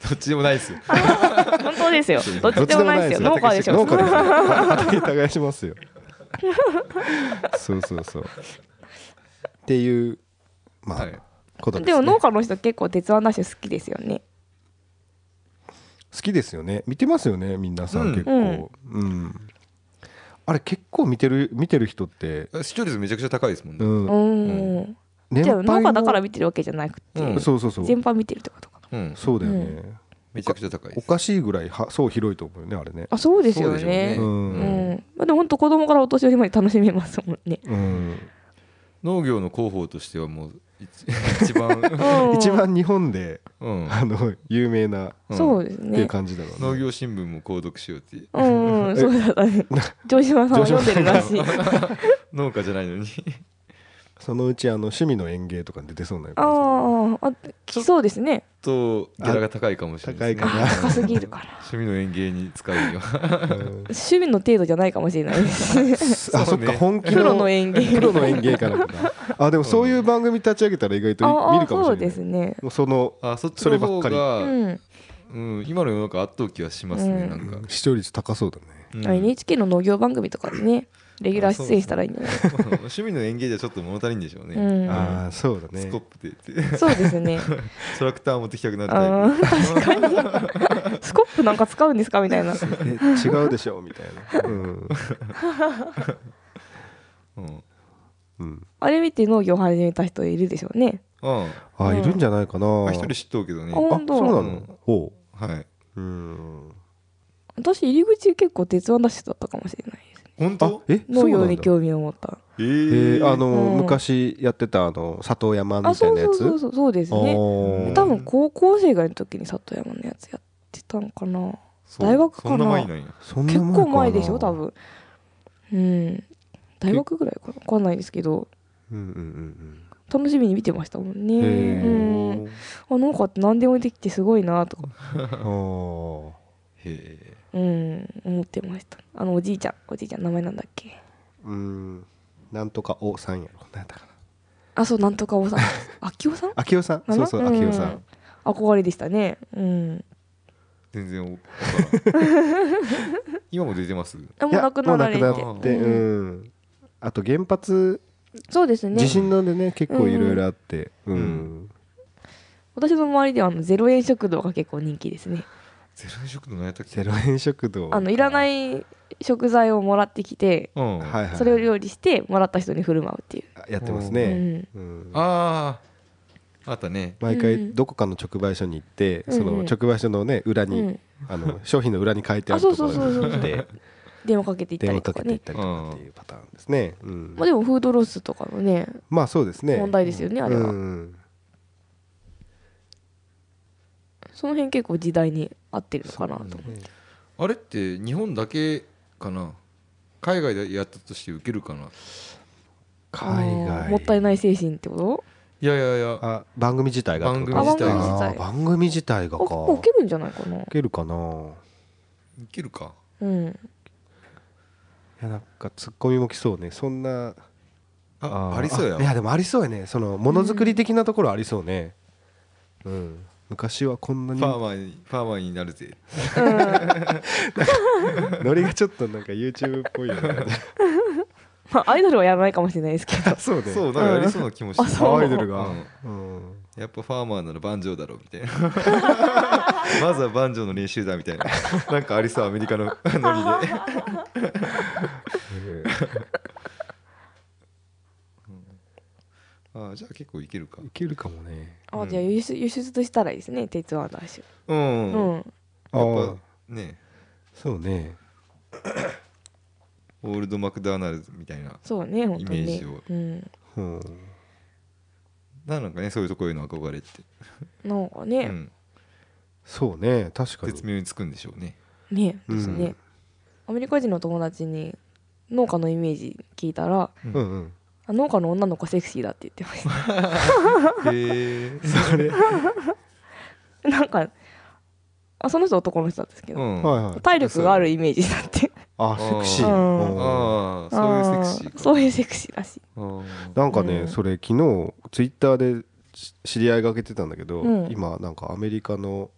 Speaker 1: どっちでもないですよ
Speaker 2: 本当ですよ どっちでもないですよ農家でし
Speaker 3: 農
Speaker 2: ょ
Speaker 3: 家ですよ畑耕 しますよそうそうそうっていうまあ、
Speaker 1: はい
Speaker 3: ことです、
Speaker 2: で
Speaker 3: ね、
Speaker 2: も農家の人結構鉄腕ダッシュ好きですよね
Speaker 3: 好きですよね見てますよねみんなさん、
Speaker 1: うん
Speaker 3: 結構、うん、あれ結構見てる見てる人って、
Speaker 1: 視聴率めちゃくちゃ高いですもん
Speaker 3: う
Speaker 1: ね
Speaker 2: う
Speaker 3: ん、
Speaker 2: ん
Speaker 3: 年
Speaker 2: じゃあ農家だ
Speaker 3: の
Speaker 2: から見てるわけじゃなくて、
Speaker 1: うん
Speaker 3: そうそうそう
Speaker 2: 全般見てるってことかな
Speaker 1: うん
Speaker 3: そうだよね、
Speaker 1: めちゃくちゃ高い
Speaker 3: お
Speaker 1: です
Speaker 3: かしいぐらいはそう広いと思うよねあれね
Speaker 2: あそうですよ
Speaker 1: そうで
Speaker 2: ね
Speaker 1: しょ
Speaker 2: う、
Speaker 1: うんね
Speaker 2: まあ、でも本当子供からお年寄りまで楽しめますもん ね、
Speaker 3: うん、
Speaker 1: 農業の広報としてはもう一 一番
Speaker 2: うん
Speaker 3: 一番日本で
Speaker 1: うん
Speaker 3: あの有名なっ
Speaker 1: うん
Speaker 2: そうです
Speaker 3: ていう
Speaker 2: ね
Speaker 3: 感じだろうね
Speaker 1: 農業新聞も購読しようって
Speaker 2: うん、うん、そうだったね城島さんは読んでるらしい
Speaker 1: 農家じゃないのに
Speaker 3: そのうちあの趣味の園芸とかに出てそうな予感する
Speaker 2: あああ来そうですね
Speaker 1: とギャラが高いかもしれないですね
Speaker 3: あ高い
Speaker 2: あ高すぎるから
Speaker 1: 趣味の園芸に使うには
Speaker 3: うん
Speaker 2: 趣味の程度じゃないかもしれないですね
Speaker 3: あそっか本気
Speaker 2: プロ
Speaker 3: の
Speaker 2: の演芸
Speaker 3: プロの園芸家なんかあでもそういう番組立ち上げたら意外と
Speaker 2: あ
Speaker 3: 見
Speaker 2: あ
Speaker 3: るかもし
Speaker 2: そ
Speaker 3: れ
Speaker 2: う
Speaker 3: ない
Speaker 2: ですね
Speaker 3: もうその
Speaker 1: あ そっち
Speaker 3: それ
Speaker 1: の
Speaker 3: ばっ
Speaker 1: 方
Speaker 3: かり
Speaker 1: が、
Speaker 2: うん、
Speaker 1: うん、今の世の中圧倒気はします
Speaker 2: う
Speaker 1: ね
Speaker 2: ん
Speaker 1: なんか、
Speaker 3: 視聴率高そうだね
Speaker 1: うん
Speaker 2: あ NHK の農業番組とかでねレギュラー出演したらいいんじゃないですか
Speaker 1: 趣味の園芸じゃちょっと物足りんでしょうね、
Speaker 2: うん
Speaker 3: ああそうだ
Speaker 1: スコッ
Speaker 3: ね
Speaker 1: プでって
Speaker 2: そうです ね
Speaker 1: トラクター持ってきたくなる
Speaker 2: あ
Speaker 1: タイ
Speaker 2: ー確かに スコップなんか使うんですかみたいな
Speaker 3: え違うでしょみたいなうん
Speaker 1: プ、うん
Speaker 3: うん、
Speaker 2: あれ見て農業を始めた人いるでしょうね。
Speaker 1: うん
Speaker 3: あ、
Speaker 2: うん
Speaker 3: いるんじゃないか
Speaker 1: あ
Speaker 3: な
Speaker 1: 一人知っとうけどね
Speaker 2: あ本
Speaker 3: あ
Speaker 2: 当
Speaker 3: そうなの、
Speaker 1: うん
Speaker 3: ほ
Speaker 1: はいう
Speaker 3: うん
Speaker 2: 私入り口結構鉄腕ダッシュだったかもしれないですね。
Speaker 1: 本
Speaker 3: あ
Speaker 1: 当
Speaker 3: え
Speaker 2: 農
Speaker 3: そうな
Speaker 2: 業
Speaker 3: んだ
Speaker 2: に興味を持った。
Speaker 1: え
Speaker 3: え
Speaker 1: ー
Speaker 3: ーあの、
Speaker 2: うん
Speaker 3: 昔やってたあの里山
Speaker 2: あ、
Speaker 3: みた
Speaker 2: そ
Speaker 3: いうなや
Speaker 2: そう
Speaker 3: つ
Speaker 2: そうそうそうですね。
Speaker 1: うん
Speaker 2: 多分高校生ぐらいの時に里山のやつやってたのかな。
Speaker 1: そう
Speaker 2: 大学かな
Speaker 1: そんな前なんや
Speaker 3: そんな
Speaker 2: 結
Speaker 3: もんかな
Speaker 2: 構前でしょ多、分うん大学ぐらいかな分かんないですけど
Speaker 3: うんうんうん
Speaker 2: 楽しみに見てましたもん
Speaker 3: うん、
Speaker 2: ねうん
Speaker 3: へ
Speaker 2: あ農家って何でもできてすごいなとか
Speaker 3: ーあ
Speaker 1: へ
Speaker 2: うん思ってましたあのおじいちゃんおじいちゃん名前なんだっけ
Speaker 3: ーうんなんとかおさんやろなんだか
Speaker 2: あそうなんとかお さん秋夫さん
Speaker 3: なきおさん
Speaker 2: か
Speaker 3: そ
Speaker 2: な
Speaker 3: うそう
Speaker 2: うん
Speaker 3: きおさん
Speaker 2: 憧れでしたねうん
Speaker 1: 全然わからん 今も出てます
Speaker 2: あも
Speaker 3: いうや
Speaker 2: なくなられて
Speaker 1: も
Speaker 3: も
Speaker 1: う
Speaker 3: うなくなっ
Speaker 1: う
Speaker 3: てうんあと原発
Speaker 2: そうですね
Speaker 3: 地震のでね結構いろいろあってうん、
Speaker 1: うん
Speaker 2: 私の周りではあのゼロ円食堂が結構人気ですね
Speaker 1: ゼロ円食堂何やったっけ
Speaker 3: ゼロ円食堂、
Speaker 2: あのいらないい食材をもらってきて
Speaker 1: うん
Speaker 3: はいはい、
Speaker 2: それを料理してもらった人に振る舞うっていう
Speaker 3: やってます
Speaker 2: う
Speaker 3: ね、
Speaker 2: ん
Speaker 3: うん
Speaker 1: あああったね
Speaker 3: 毎
Speaker 2: うんう
Speaker 3: 回
Speaker 2: ん
Speaker 3: どこかの直売所に行って、
Speaker 2: うんうん
Speaker 3: その直売所のね裏に、
Speaker 2: うん
Speaker 3: あの商品の裏に書いてあるところ
Speaker 2: あそうそうそうそう
Speaker 3: にで
Speaker 2: 電話かけていった
Speaker 3: 電話
Speaker 2: り
Speaker 3: か
Speaker 2: と
Speaker 3: け
Speaker 2: か
Speaker 3: ていっ
Speaker 2: ね
Speaker 3: たりとかっていうパターンですね、うん
Speaker 2: まあでもフードロスとかのね
Speaker 3: まあそうですね
Speaker 2: 問題ですよねあれは、
Speaker 3: うん
Speaker 2: その辺結構時代に合ってるのかなと思
Speaker 3: そううね
Speaker 1: あれって日本だけかな海外でやったとして受けるかな
Speaker 3: 海
Speaker 2: あー
Speaker 3: 外
Speaker 2: もったいない精神ってこ
Speaker 1: いやいやいや
Speaker 3: あ番組自体がってこと
Speaker 1: 番組自体が
Speaker 3: あー番組自体が
Speaker 2: と
Speaker 3: か
Speaker 2: あ結構受けるんじゃないかな
Speaker 3: 受けるかな
Speaker 1: 受けるか
Speaker 2: うん
Speaker 3: いやなんかツッコミも来そうねそんな
Speaker 1: あ
Speaker 3: ー
Speaker 1: ありそうや
Speaker 3: いやでもありそうやねそのものづくり的なところありそうねうん、昔はこんな
Speaker 1: フ
Speaker 3: に
Speaker 1: ァーマーにファーマーになるぜ
Speaker 3: ノリがちょっとなんか YouTube っぽいよね
Speaker 2: まあアイドルはやらないかもしれないですけど
Speaker 3: そうね
Speaker 1: そうなんかやりそうな気もし
Speaker 2: あそう
Speaker 3: アイドルが
Speaker 1: うん
Speaker 3: うん
Speaker 1: やっぱファーマーなら万丈だろみたいな まずは万丈の練習だみたい ななんかありそうアメリカのノリ であじゃあ結構いけるか
Speaker 3: いけるかもね
Speaker 2: あじゃあ輸出輸出したらいいですね鉄腕ダッシ
Speaker 1: うん、
Speaker 2: ュうん
Speaker 1: やっぱね
Speaker 3: そうね
Speaker 1: オールドマクドナルドみたいな
Speaker 2: そうね本当
Speaker 1: イメー
Speaker 2: に
Speaker 1: ジを
Speaker 2: ねうん
Speaker 3: うん
Speaker 1: なんかねそういうとこへの憧れって、
Speaker 2: なんか
Speaker 1: う
Speaker 2: ね
Speaker 1: ん
Speaker 3: そうね確かに
Speaker 1: 絶妙につくんでしょ うね
Speaker 2: ねです
Speaker 3: う
Speaker 2: ね
Speaker 3: ん
Speaker 2: アメリカ人の友達に農家のイメージ聞いたら
Speaker 3: うんうん
Speaker 2: あ農家の女の子セクシーだって言ってまし
Speaker 1: へ
Speaker 2: た
Speaker 1: え
Speaker 3: それは
Speaker 2: なんかあその人男の人なんですけ
Speaker 1: う
Speaker 2: ど、
Speaker 1: ん、
Speaker 3: いはい
Speaker 2: 体力があるイメージだって
Speaker 3: あセクシー
Speaker 2: うん
Speaker 3: うん
Speaker 1: ああそういうセクシー
Speaker 2: あー
Speaker 1: か
Speaker 2: そういうセクシーらしい
Speaker 1: あ
Speaker 3: なんかね、
Speaker 2: うん
Speaker 3: それ昨日ツイッターでし知り合いが上げてたんだけど、
Speaker 2: うん
Speaker 3: 今なんかアメリカの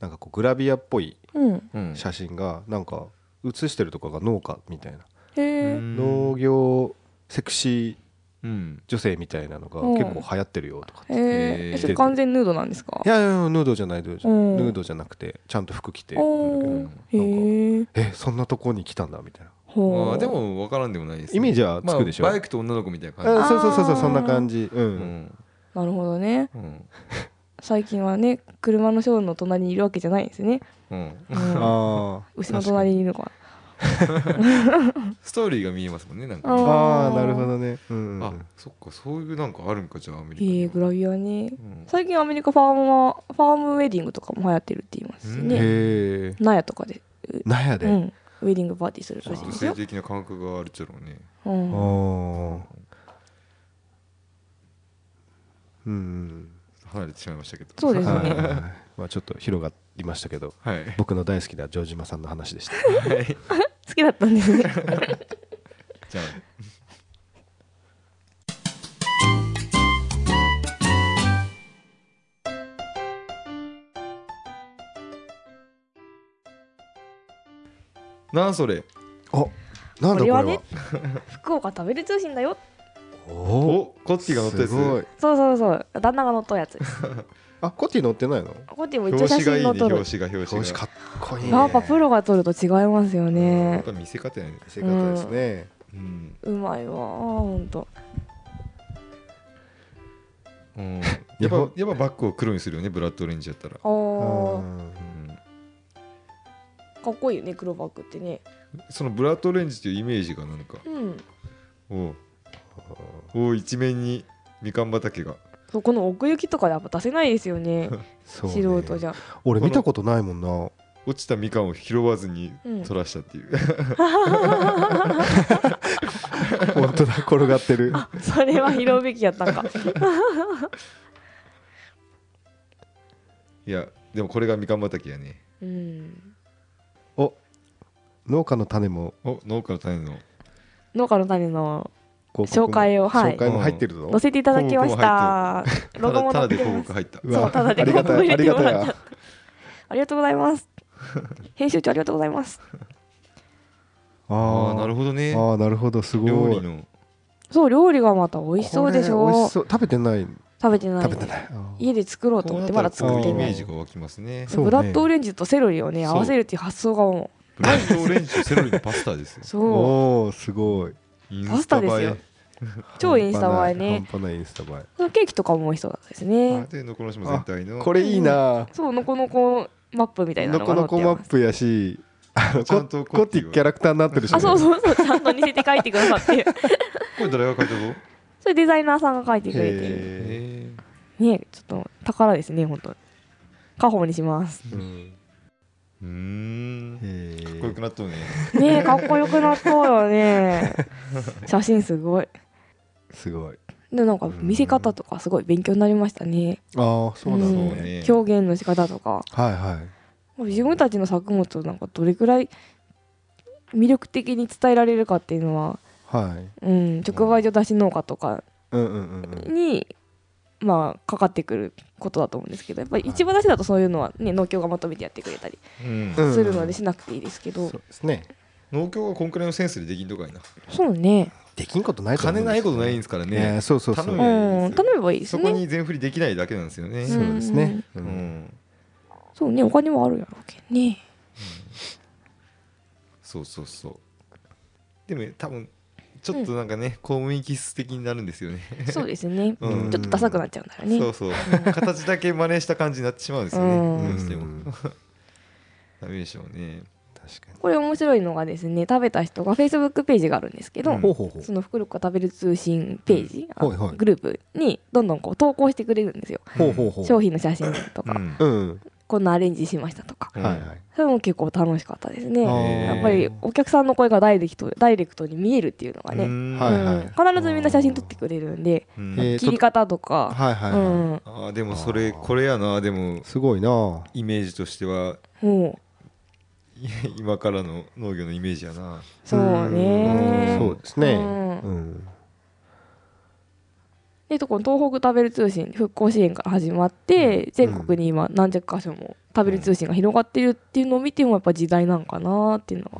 Speaker 3: なんかこうグラビアっぽい
Speaker 2: うん
Speaker 1: ーうん
Speaker 3: 写真がなんか写してるとこが農家みたいな、
Speaker 2: へ
Speaker 1: う
Speaker 2: え
Speaker 1: ん
Speaker 3: 農業セクシー
Speaker 1: うん
Speaker 3: 女性みたいなのが
Speaker 2: うん
Speaker 3: 結構流行ってるよとか、
Speaker 2: へ
Speaker 1: へー
Speaker 2: えそれ完全ヌードなんですか
Speaker 3: いやいやいやヌードじゃないヌードじゃな
Speaker 2: う
Speaker 3: い
Speaker 2: ん
Speaker 3: ヌードじゃなくてちゃんと服着て
Speaker 2: お
Speaker 1: う
Speaker 2: ー
Speaker 1: ん
Speaker 2: へえ
Speaker 3: えそんなとこに来たんだみたいな
Speaker 2: ほ
Speaker 1: あ
Speaker 2: う
Speaker 1: ーでも分からんでもないです、
Speaker 3: イメージはつくでしょ
Speaker 1: まあ、バイクと女の子みたいな感
Speaker 3: あそうそうそうそ
Speaker 2: あ
Speaker 3: う
Speaker 2: ー
Speaker 3: そんな感じう、
Speaker 1: じうんん
Speaker 2: なるほどね
Speaker 1: うん
Speaker 2: 最近はね車のショーの隣にいるわけじゃないんですね、
Speaker 1: うん
Speaker 2: う
Speaker 3: あ
Speaker 2: ん、
Speaker 3: あ
Speaker 2: 牛の隣にいるのか
Speaker 1: ストーリーが見えますもんねなんか
Speaker 2: あ
Speaker 1: ね
Speaker 3: ああなるほどねうんうんう
Speaker 1: あ
Speaker 3: ん
Speaker 1: そっかそういうなんかあるんかじゃあアメ
Speaker 2: へえ
Speaker 1: リカ
Speaker 2: グラビアね
Speaker 1: うん
Speaker 2: 最近アメリカファームはファームウェディングとかも流行ってるって言いますし
Speaker 1: うん
Speaker 2: ね
Speaker 3: へえ
Speaker 2: 納屋とかで、
Speaker 3: 納屋で、
Speaker 2: うん、ウェディングパーティーする
Speaker 1: ちょ
Speaker 2: ら
Speaker 1: っ
Speaker 2: し
Speaker 1: と
Speaker 2: いで
Speaker 1: 女
Speaker 2: す
Speaker 1: 性
Speaker 2: よ、
Speaker 1: 的な感覚があるっちゃろうね
Speaker 2: うん、
Speaker 3: ああうん
Speaker 1: 離れてしまいましたけど
Speaker 2: そうですね
Speaker 3: はいまあちょっと広がりましたけど
Speaker 1: はい
Speaker 3: 僕の大好きな城島さんの話でした
Speaker 1: はい
Speaker 2: 好きだったんですね
Speaker 1: じゃあなんそれ
Speaker 3: あなんだこ
Speaker 2: これ
Speaker 3: れは
Speaker 2: はね福岡食べる通信だよ
Speaker 3: お
Speaker 1: おコッティが乗ったやつ
Speaker 3: すごい
Speaker 2: そうそうそう旦那が乗ったやつです
Speaker 3: あコッティ乗ってないの
Speaker 2: こっちも一応
Speaker 1: 表
Speaker 2: 写
Speaker 1: 紙がいい
Speaker 2: 真の
Speaker 1: ね
Speaker 2: 撮る
Speaker 1: 表紙が表紙
Speaker 3: 表
Speaker 1: が
Speaker 3: 紙かっこいいね
Speaker 2: やっぱプロが撮ると違いますよ
Speaker 1: や
Speaker 2: ね
Speaker 1: っぱ見せ方やね
Speaker 3: 見せ方ですね
Speaker 1: うん
Speaker 2: うまいわほんと
Speaker 1: うん、
Speaker 3: 日
Speaker 1: やっぱ
Speaker 3: 本
Speaker 1: やっぱバックを黒にするよねブラッド・オレンジやったら、
Speaker 2: あ
Speaker 3: あ
Speaker 2: ー
Speaker 1: うん、
Speaker 2: かっこいいよね黒バッグってね
Speaker 1: そのブラッド・オレンジというイメージがなんか
Speaker 2: うん
Speaker 1: おうおう一面にみかん畑が
Speaker 2: そうこの奥行きとかやっぱ出せないです よね
Speaker 3: そうね
Speaker 2: 素人じゃ
Speaker 3: 俺見たことないもんな
Speaker 1: 落ちたみかんを拾わずに
Speaker 2: うん
Speaker 1: 取らしたっていう、
Speaker 3: 本当だ転がってる
Speaker 2: それは拾うべきやったんか
Speaker 1: いやでもこれがみかん畑やね
Speaker 2: うん
Speaker 3: お農家の種も
Speaker 1: お農家の種の
Speaker 2: 農家の種の
Speaker 3: 広告も
Speaker 2: 紹介をはい
Speaker 3: 紹介も入ってるぞ
Speaker 2: 載せていただきました
Speaker 1: た
Speaker 2: ロゴ
Speaker 1: だ
Speaker 2: も
Speaker 1: ただ
Speaker 2: 載って
Speaker 1: で広
Speaker 2: ます
Speaker 1: 告入った
Speaker 3: うわ
Speaker 2: そうただで
Speaker 3: ありがたいありがたいわ
Speaker 2: ありがとうござい ます編集長ありがとうございます
Speaker 1: あ
Speaker 3: あ
Speaker 1: あなる
Speaker 3: ほ
Speaker 1: ほどね
Speaker 3: ああなるほどすごい
Speaker 1: 料理の
Speaker 2: そう料理がまた美味しそうでし
Speaker 3: これ美味
Speaker 2: ょ
Speaker 3: しそう食べてない
Speaker 2: 食べてない
Speaker 3: 食べてないあー
Speaker 2: 家で作ろうと思ってまだ作っ
Speaker 1: こう
Speaker 2: て
Speaker 1: イメ
Speaker 2: な
Speaker 1: ー
Speaker 2: い
Speaker 1: ジが湧きますね
Speaker 3: そうね
Speaker 2: ブラッドオレンジとセロリをね
Speaker 1: そう
Speaker 2: 合わせるっていう発想がも
Speaker 1: ブラッドオレンジとセロリのパスタですよ
Speaker 2: うそう
Speaker 3: おおすごい
Speaker 1: イン
Speaker 2: パス
Speaker 1: スタ映
Speaker 2: タですよ
Speaker 1: え
Speaker 2: 超インスタ映えね
Speaker 3: 半端ない半端ないインスタ映
Speaker 2: ケーキとかも美味しそうだったですね
Speaker 1: あでのこの島全体
Speaker 3: え
Speaker 1: の
Speaker 3: これいいな
Speaker 2: そうのこのこマップみたいな
Speaker 3: の
Speaker 2: の
Speaker 3: こ
Speaker 2: が載っ
Speaker 3: の
Speaker 2: て
Speaker 3: こマ
Speaker 2: ま
Speaker 3: ッ
Speaker 2: す
Speaker 3: プやしあの
Speaker 1: ちゃんと
Speaker 3: ココティキャラクターになってるしね
Speaker 2: あそうそうそうちゃんと似せて書いてくださって
Speaker 1: これ誰が書いたぞ
Speaker 2: それデザイナーさんが書いてくれてる
Speaker 3: へ
Speaker 1: え
Speaker 2: ねちょっと宝ですね本当家宝にします
Speaker 3: ーうん
Speaker 1: うーんか
Speaker 3: へー
Speaker 1: っこよくなったね
Speaker 2: ねえかっこよくなったよね写真すごい
Speaker 3: すごい
Speaker 2: でなんか見せ方とかすごい勉強になりましたね
Speaker 3: ああそうなの
Speaker 2: ん
Speaker 1: そうね
Speaker 2: 表現の仕方とか
Speaker 3: はいはい
Speaker 2: 自分たちの作物をなんかどれくらい魅力的に伝えられるかっていうのは、
Speaker 3: はい
Speaker 2: うん、直売所出し農家とか
Speaker 3: うんうんうんうん
Speaker 2: に、まあ、かかってくることだと思うんですけどやっぱり市場出しだとそういうのは、ね、農協がまとめてやってくれたり
Speaker 1: うん
Speaker 3: うん
Speaker 2: するのでしなくていいですけど、
Speaker 3: そうですね
Speaker 1: 農協がこんくらいのセンスでできんとかいな
Speaker 2: そうね、
Speaker 3: できんことないと思う
Speaker 1: 金
Speaker 3: ん
Speaker 1: な
Speaker 3: で
Speaker 1: い
Speaker 3: す
Speaker 1: こ
Speaker 3: よ
Speaker 1: とないんですから
Speaker 3: ね
Speaker 1: ね
Speaker 3: そうそうそう
Speaker 1: 頼
Speaker 2: う
Speaker 1: むよ
Speaker 2: ん、頼めばいいです
Speaker 1: そ
Speaker 2: ね
Speaker 1: こに全振りできないだけなんですよね
Speaker 3: そうですね、う
Speaker 1: うんん
Speaker 2: そうねお金もあるやろうけんね
Speaker 1: そうそうそうでも多分ちょっとなんかね公務員気質的になるんですよね
Speaker 2: そうですね、
Speaker 1: うん
Speaker 2: ちょっとダサくなっちゃうんだよね
Speaker 1: そう そう形だけ真似した感じになってしまうんですよ
Speaker 2: う
Speaker 1: ね
Speaker 2: ん
Speaker 1: どうして
Speaker 3: う
Speaker 1: も
Speaker 3: ん
Speaker 1: ダメでしょうね
Speaker 3: 確かに
Speaker 2: これ面白いのがですね食べた人が Facebook ページがあるんですけど、
Speaker 1: うん
Speaker 3: ほうほうほう
Speaker 2: その福岡食べる通信ページ、あ
Speaker 3: はいはい
Speaker 2: グループにどんどんこう投稿してくれるんですよ
Speaker 3: ほうほうほう
Speaker 2: 商品の写真とか、
Speaker 1: うん
Speaker 3: うん
Speaker 2: こんなアレンジしましたとか
Speaker 1: うん
Speaker 3: はいはい
Speaker 2: それも結構楽しかったですね
Speaker 3: あ
Speaker 1: ー
Speaker 2: やっぱりお客さんの声がダイレクトダイレクトに見えるっていうのがね、
Speaker 1: う
Speaker 2: うん
Speaker 1: ん
Speaker 3: はいはい
Speaker 2: 必ずみんな写真撮ってくれるんで
Speaker 1: うん
Speaker 3: えー
Speaker 2: 切り方とか、
Speaker 3: はいはいは
Speaker 2: うん
Speaker 1: あーでもそれこれやなでも
Speaker 3: いすごいなあ
Speaker 1: イメージとしては
Speaker 2: もう
Speaker 1: い 今からの農業のイメージやな
Speaker 2: そうね
Speaker 3: うんそうですね
Speaker 2: うん
Speaker 3: うん
Speaker 2: でとこの東北食べる通信復興支援から始まって全国に今何百箇所も食べる通信が広がってるっていうのを見てもやっぱ時代なんかなっていうの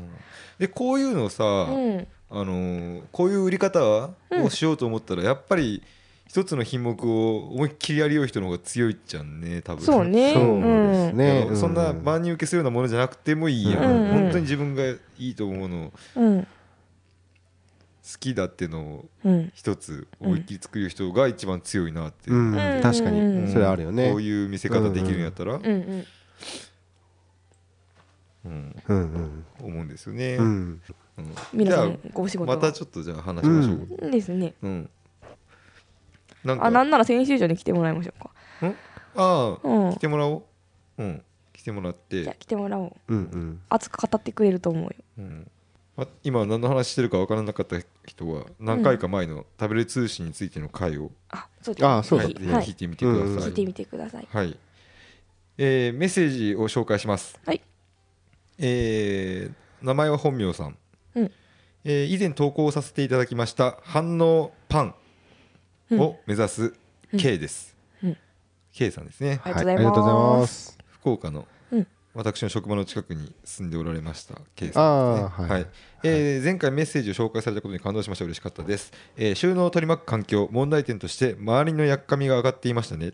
Speaker 1: でこういうのさ、
Speaker 2: は、うん、
Speaker 1: あのーこういう売り方を
Speaker 2: うん
Speaker 1: しようと思ったら、やっぱり一つの品目を思いっきりやりよう人の方が強いじゃんね多分
Speaker 2: そ うね
Speaker 3: そうです
Speaker 1: あ
Speaker 3: ね
Speaker 1: のそんな
Speaker 3: う
Speaker 1: 万人受けするようなものじゃなくてもいいや、
Speaker 3: うん
Speaker 2: うん
Speaker 1: 本当に自分がいいと思うのを好
Speaker 2: うん
Speaker 1: きだってのを
Speaker 2: うん
Speaker 1: 一つ思いっきり作る人が一番強いなって、
Speaker 3: う
Speaker 2: う
Speaker 3: ん
Speaker 2: ん
Speaker 3: 確か
Speaker 2: う
Speaker 3: に
Speaker 2: ん
Speaker 3: それあるよね
Speaker 1: こういう見せ方できるんやったら、
Speaker 2: うんうん
Speaker 1: うん
Speaker 3: うん
Speaker 1: 思うんですよね、
Speaker 3: うんうん
Speaker 1: うん
Speaker 2: 皆
Speaker 1: じゃ
Speaker 2: さ
Speaker 1: あ
Speaker 2: んごお仕事
Speaker 1: ま
Speaker 2: は
Speaker 1: たちょっとじゃあ話しましょう、
Speaker 2: ですね
Speaker 1: うんなんか
Speaker 2: あなんなら先週所に来てもらいましょうか
Speaker 1: ああ
Speaker 2: うん
Speaker 1: 来てもらおううん来てもらっ
Speaker 2: じゃあ
Speaker 1: て、
Speaker 2: 来てもらおう
Speaker 3: うん
Speaker 2: 熱く語ってくれると思うよ
Speaker 1: うんま今何の話してるか分からなかった人は何回か前の食べる通信についての回を、
Speaker 2: あそうです
Speaker 3: あそう
Speaker 1: は
Speaker 3: だ
Speaker 1: い
Speaker 2: ぜ
Speaker 1: ぜ
Speaker 2: ひ
Speaker 1: ひ
Speaker 2: はい
Speaker 1: 聞いてみてください、
Speaker 3: うん
Speaker 2: 聞いてみてください
Speaker 1: はい、えーメッセージを紹介します
Speaker 2: はい
Speaker 1: えー名前は本名さん、
Speaker 2: うん
Speaker 1: えー以前投稿させていただきました反応パンを目指す K です、
Speaker 2: うんうん
Speaker 1: K さんですね
Speaker 2: あり
Speaker 3: は
Speaker 2: が
Speaker 3: い
Speaker 2: とうございます
Speaker 3: ありがとうございます
Speaker 1: 福岡の、
Speaker 2: うん
Speaker 1: 私の職場の近くに住んでおられました K
Speaker 3: あ
Speaker 1: さん
Speaker 3: あ
Speaker 1: はい
Speaker 3: はい
Speaker 1: えー前回メッセージを紹介されたことに感動しました嬉しかったです、えー収納を取り巻く環境問題点として周りのやっかみが上がっていましたね、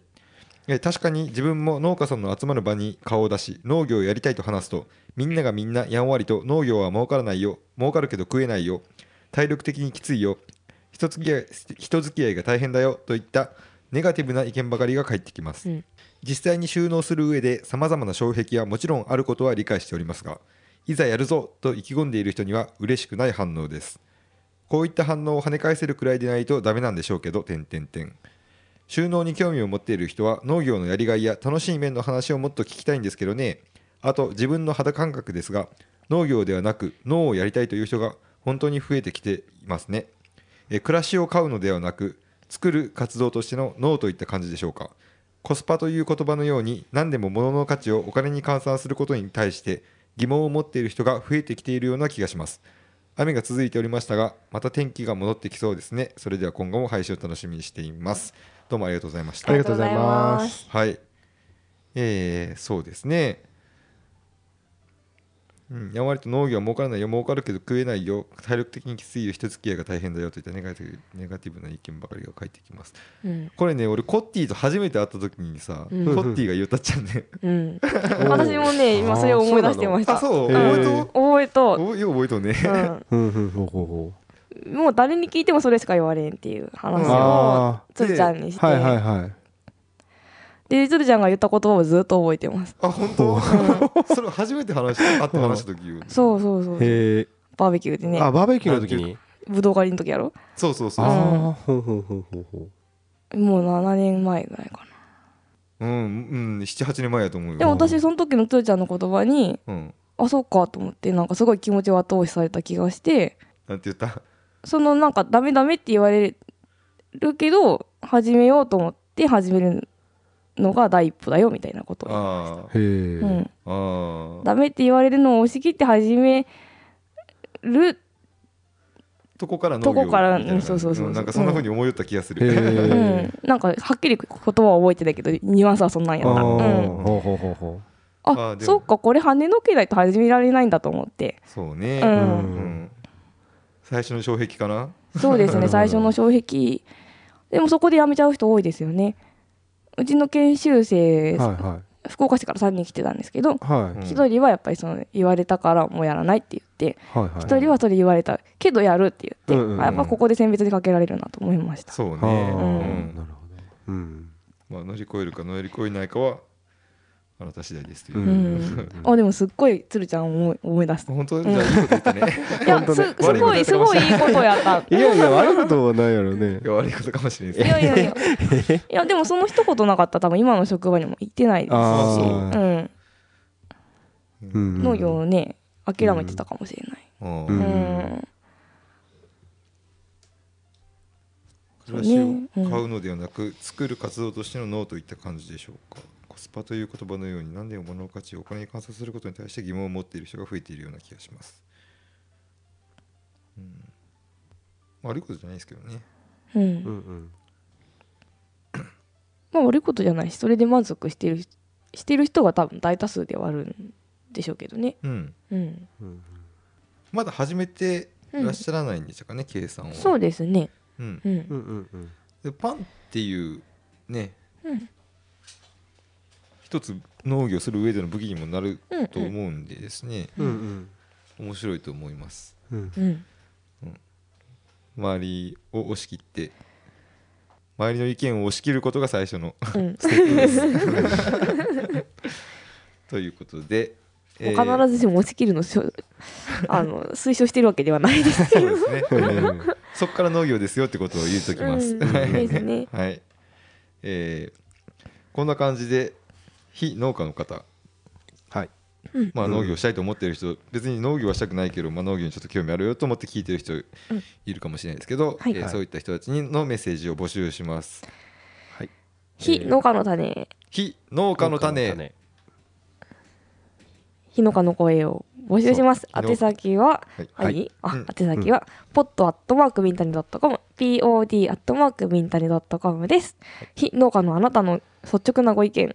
Speaker 1: えー確かに自分も農家さんの集まる場に顔を出し農業をやりたいと話すとみんながみんなやんわりと農業は儲からないよ儲かるけど食えないよ体力的にきついよ人付き合い人付き合いが大変だよといったネガティブな意見ばかりが返ってきます、
Speaker 2: うん
Speaker 1: 実際に収納する上でさまざまな障壁はもちろんあることは理解しておりますがいざやるぞと意気込んでいる人には嬉しくない反応ですこういった反応を跳ね返せるくらいでないとダメなんでしょうけど点点点収納に興味を持っている人は農業のやりがいや楽しい面の話をもっと聞きたいんですけどねあと自分の肌感覚ですが農業ではなく脳をやりたいという人が本当に増えてきていますねえー暮らしを買うのではなく作る活動としての脳といった感じでしょうかコスパという言葉のように何でも物の価値をお金に換算することに対して疑問を持っている人が増えてきているような気がします雨が続いておりましたがまた天気が戻ってきそうですねそれでは今後も配信を楽しみにしていますどうもありがとうございました
Speaker 3: ありがとうございます。
Speaker 1: はい。えー、そうですね。うん、やんわりと農業は儲からないよ、儲かるけど食えないよ、体力的にきついよ、人付き合いが大変だよといったネガティブネガティブな意見ばかりが返ってきます。
Speaker 2: うん
Speaker 1: これね、俺、コッティと初めて会った時にさ、
Speaker 2: うん
Speaker 1: コッティが言ったっちゃうね。
Speaker 2: うん、
Speaker 3: おー
Speaker 2: 私もね今それを思い出してました
Speaker 1: あ、そう、
Speaker 3: へー
Speaker 1: 覚えと
Speaker 2: 覚え
Speaker 1: う
Speaker 2: と
Speaker 1: およう覚えとうね。
Speaker 2: う、
Speaker 3: うんうんほうほうほう
Speaker 2: うん、もう誰に聞いてもそれしか言われんっていう話を
Speaker 3: あ
Speaker 2: つるちゃんにし
Speaker 3: ー
Speaker 2: て、
Speaker 3: はいはいはい。
Speaker 2: でつるちゃんが言った言葉をずっと覚えてます、
Speaker 1: あ、本
Speaker 3: お
Speaker 1: 当それ初めて話した、会って話した時言う。
Speaker 2: そうそうそう
Speaker 3: へ
Speaker 2: バーベキューで
Speaker 3: え。
Speaker 2: ね
Speaker 3: あバーベキューの時に。
Speaker 2: ぶどう狩りの時やろ
Speaker 1: そうそうそう。
Speaker 3: ああほうほうほうほうほう。
Speaker 2: もう7年前ぐらいかな
Speaker 1: うん、うん、7、8年前やと思うよ。
Speaker 2: でも私その時のつるちゃんの言葉に
Speaker 1: うん。
Speaker 2: あそうかと思ってなんかすごい気持ちを後押しされた気がして
Speaker 1: なんて言った
Speaker 2: そのなんかダメダメって言われるけど始めようと思って始めるのが第一歩だよみたいなことを言いまし
Speaker 1: あ
Speaker 3: へえ。
Speaker 2: たう
Speaker 1: あ、
Speaker 2: ん、
Speaker 1: ああ。
Speaker 2: ダメって言われるのを押し切って始める
Speaker 1: とこから農業
Speaker 2: とこから
Speaker 1: みたいな
Speaker 2: そうそうそうそうん
Speaker 1: なんかそんな風に思いよった気がす
Speaker 3: へ
Speaker 1: る。
Speaker 2: う
Speaker 3: え。
Speaker 2: ん、なんかはっきり言葉は覚えてないけどニュアンスはそんなんや
Speaker 3: あ
Speaker 2: っ
Speaker 3: あ
Speaker 2: たうん、
Speaker 3: ほうほうほうほ
Speaker 2: あ
Speaker 1: あでも
Speaker 2: そっかこれ跳ねのけないと始められないんだと思って、
Speaker 1: そう
Speaker 2: う、
Speaker 1: ね。
Speaker 3: うん
Speaker 1: うんん最初の障壁かな。
Speaker 2: そうですね最初の障壁でもそこでやめちゃう人多いですよねうちの研修
Speaker 3: う。
Speaker 2: 生、
Speaker 3: はいは
Speaker 2: 福岡市から3人来てたんですけど
Speaker 3: いは
Speaker 1: う
Speaker 3: い
Speaker 1: ん
Speaker 2: 一人はやっぱりその言われたからもうやらないって言って
Speaker 3: はいはい。
Speaker 2: 一人はそれ言われたけどやるって言って、
Speaker 3: うんうんうん
Speaker 2: あやっぱここで選別にかけられるなと思いました
Speaker 1: そう
Speaker 3: ああ
Speaker 1: ね。
Speaker 2: うん
Speaker 1: うん
Speaker 3: なるほど。うん。
Speaker 1: まあ乗り越えるか乗り越えないかはあなた次第ですというう。
Speaker 2: うんん、あでもすっごい鶴ちゃんを思い思い出す
Speaker 1: 本当
Speaker 2: ん
Speaker 1: じゃあいいこと言ったね。
Speaker 2: いや
Speaker 3: 本当
Speaker 2: す
Speaker 3: ね
Speaker 2: すご
Speaker 1: 悪い
Speaker 2: いす
Speaker 1: こと
Speaker 2: ごいいいことやった
Speaker 3: いやいや悪いことはないやろね
Speaker 1: い。や悪いことかもしれない
Speaker 2: い
Speaker 1: です
Speaker 2: やいやいやいやでもその一言なかったら多分今の職場にも行ってないですし、
Speaker 3: あ
Speaker 2: う
Speaker 3: あ。
Speaker 2: ん、
Speaker 3: うん
Speaker 2: 農業をね諦めてたかもしれない、
Speaker 1: うん
Speaker 3: う
Speaker 2: うんん
Speaker 1: 暮らしを
Speaker 2: ねうん
Speaker 1: 買うのではなく作る活動としての脳といった感じでしょうか。コスパという言葉のように何でも物の価値をお金に換算することに対して疑問を持っている人が増えているような気がします。うん、悪いことじゃないですけどね。
Speaker 2: うん
Speaker 3: うんうん。
Speaker 2: まあ悪いことじゃないしそれで満足してるしてる人が多分大多数ではあるんでしょうけどね、
Speaker 1: うん。
Speaker 2: うん、
Speaker 3: うん
Speaker 1: まだ始めていらっしゃらないんでしょうかね、計算を。
Speaker 2: そうですね、
Speaker 1: うん、
Speaker 2: うん
Speaker 3: うんうんうん。
Speaker 1: でパンっていうね、
Speaker 2: うん
Speaker 1: 一つ農業する上での武器にもなる
Speaker 2: うん
Speaker 1: と
Speaker 2: う
Speaker 1: 思
Speaker 2: ん
Speaker 1: うんでですね、
Speaker 3: うん
Speaker 1: 面白いと思います。
Speaker 3: うんうん。
Speaker 2: うん
Speaker 1: 周りを押し切って周りの意見を押し切ることが最初の
Speaker 2: うん
Speaker 1: ステップです。ということで、え
Speaker 2: も
Speaker 1: ー
Speaker 2: う必ずしも押し切るのしょ あの推奨してるわけではないです
Speaker 1: そうですね、
Speaker 3: うん
Speaker 1: そこから農業ですよってことを言うときます。
Speaker 2: うん
Speaker 1: はい
Speaker 2: ですね
Speaker 1: はい。えーこんな感じで非農家の方、
Speaker 3: はい。
Speaker 1: まあ
Speaker 3: うん
Speaker 1: 農業したいと思ってる人、別に農業はしたくないけど、まあ農業にちょっと興味あるよと思って聞いてる人いるかもしれないですけど、
Speaker 2: はい
Speaker 1: えー
Speaker 3: はい
Speaker 1: そういった人たちにのメッセージを募集します。
Speaker 2: 非農家の種
Speaker 1: 非農家の種。
Speaker 2: 日のかの声を募集します。
Speaker 1: そう
Speaker 2: 宛先は、
Speaker 1: はい
Speaker 2: あいいあ
Speaker 1: うん
Speaker 2: 宛先は、ポットアットマークミンタニドットコム、pod アットマークミンタニドットコムです。非農家のあなたの率直なご意見、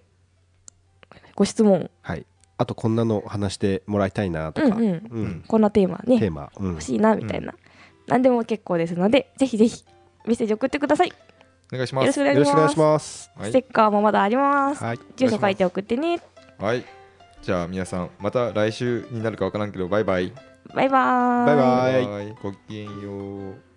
Speaker 2: ご質問、
Speaker 3: はい。あとこんなの話してもらいたいなと
Speaker 2: う
Speaker 3: か。
Speaker 2: んうん、
Speaker 3: うん
Speaker 2: こんなテーマね、
Speaker 3: テーマ。うん
Speaker 2: 欲しいなみたいな、何でも結構ですので、ぜひぜひメッセージ送ってください。よ
Speaker 1: お願いしま
Speaker 2: ろし
Speaker 1: す。
Speaker 2: くお願
Speaker 3: よ
Speaker 2: い
Speaker 3: ろし
Speaker 2: し
Speaker 3: くお願い
Speaker 2: ま
Speaker 3: し
Speaker 2: す。
Speaker 3: ます。
Speaker 1: は
Speaker 2: ステ
Speaker 1: い、
Speaker 2: ッカーもまだあります。
Speaker 3: はい。
Speaker 2: 住所書いて送ってね。
Speaker 1: はい、じゃあ皆さんまた来週になるかわからんけど、バイバイ。
Speaker 2: バイバーイ。
Speaker 3: バイバーイ
Speaker 1: ごきげんよう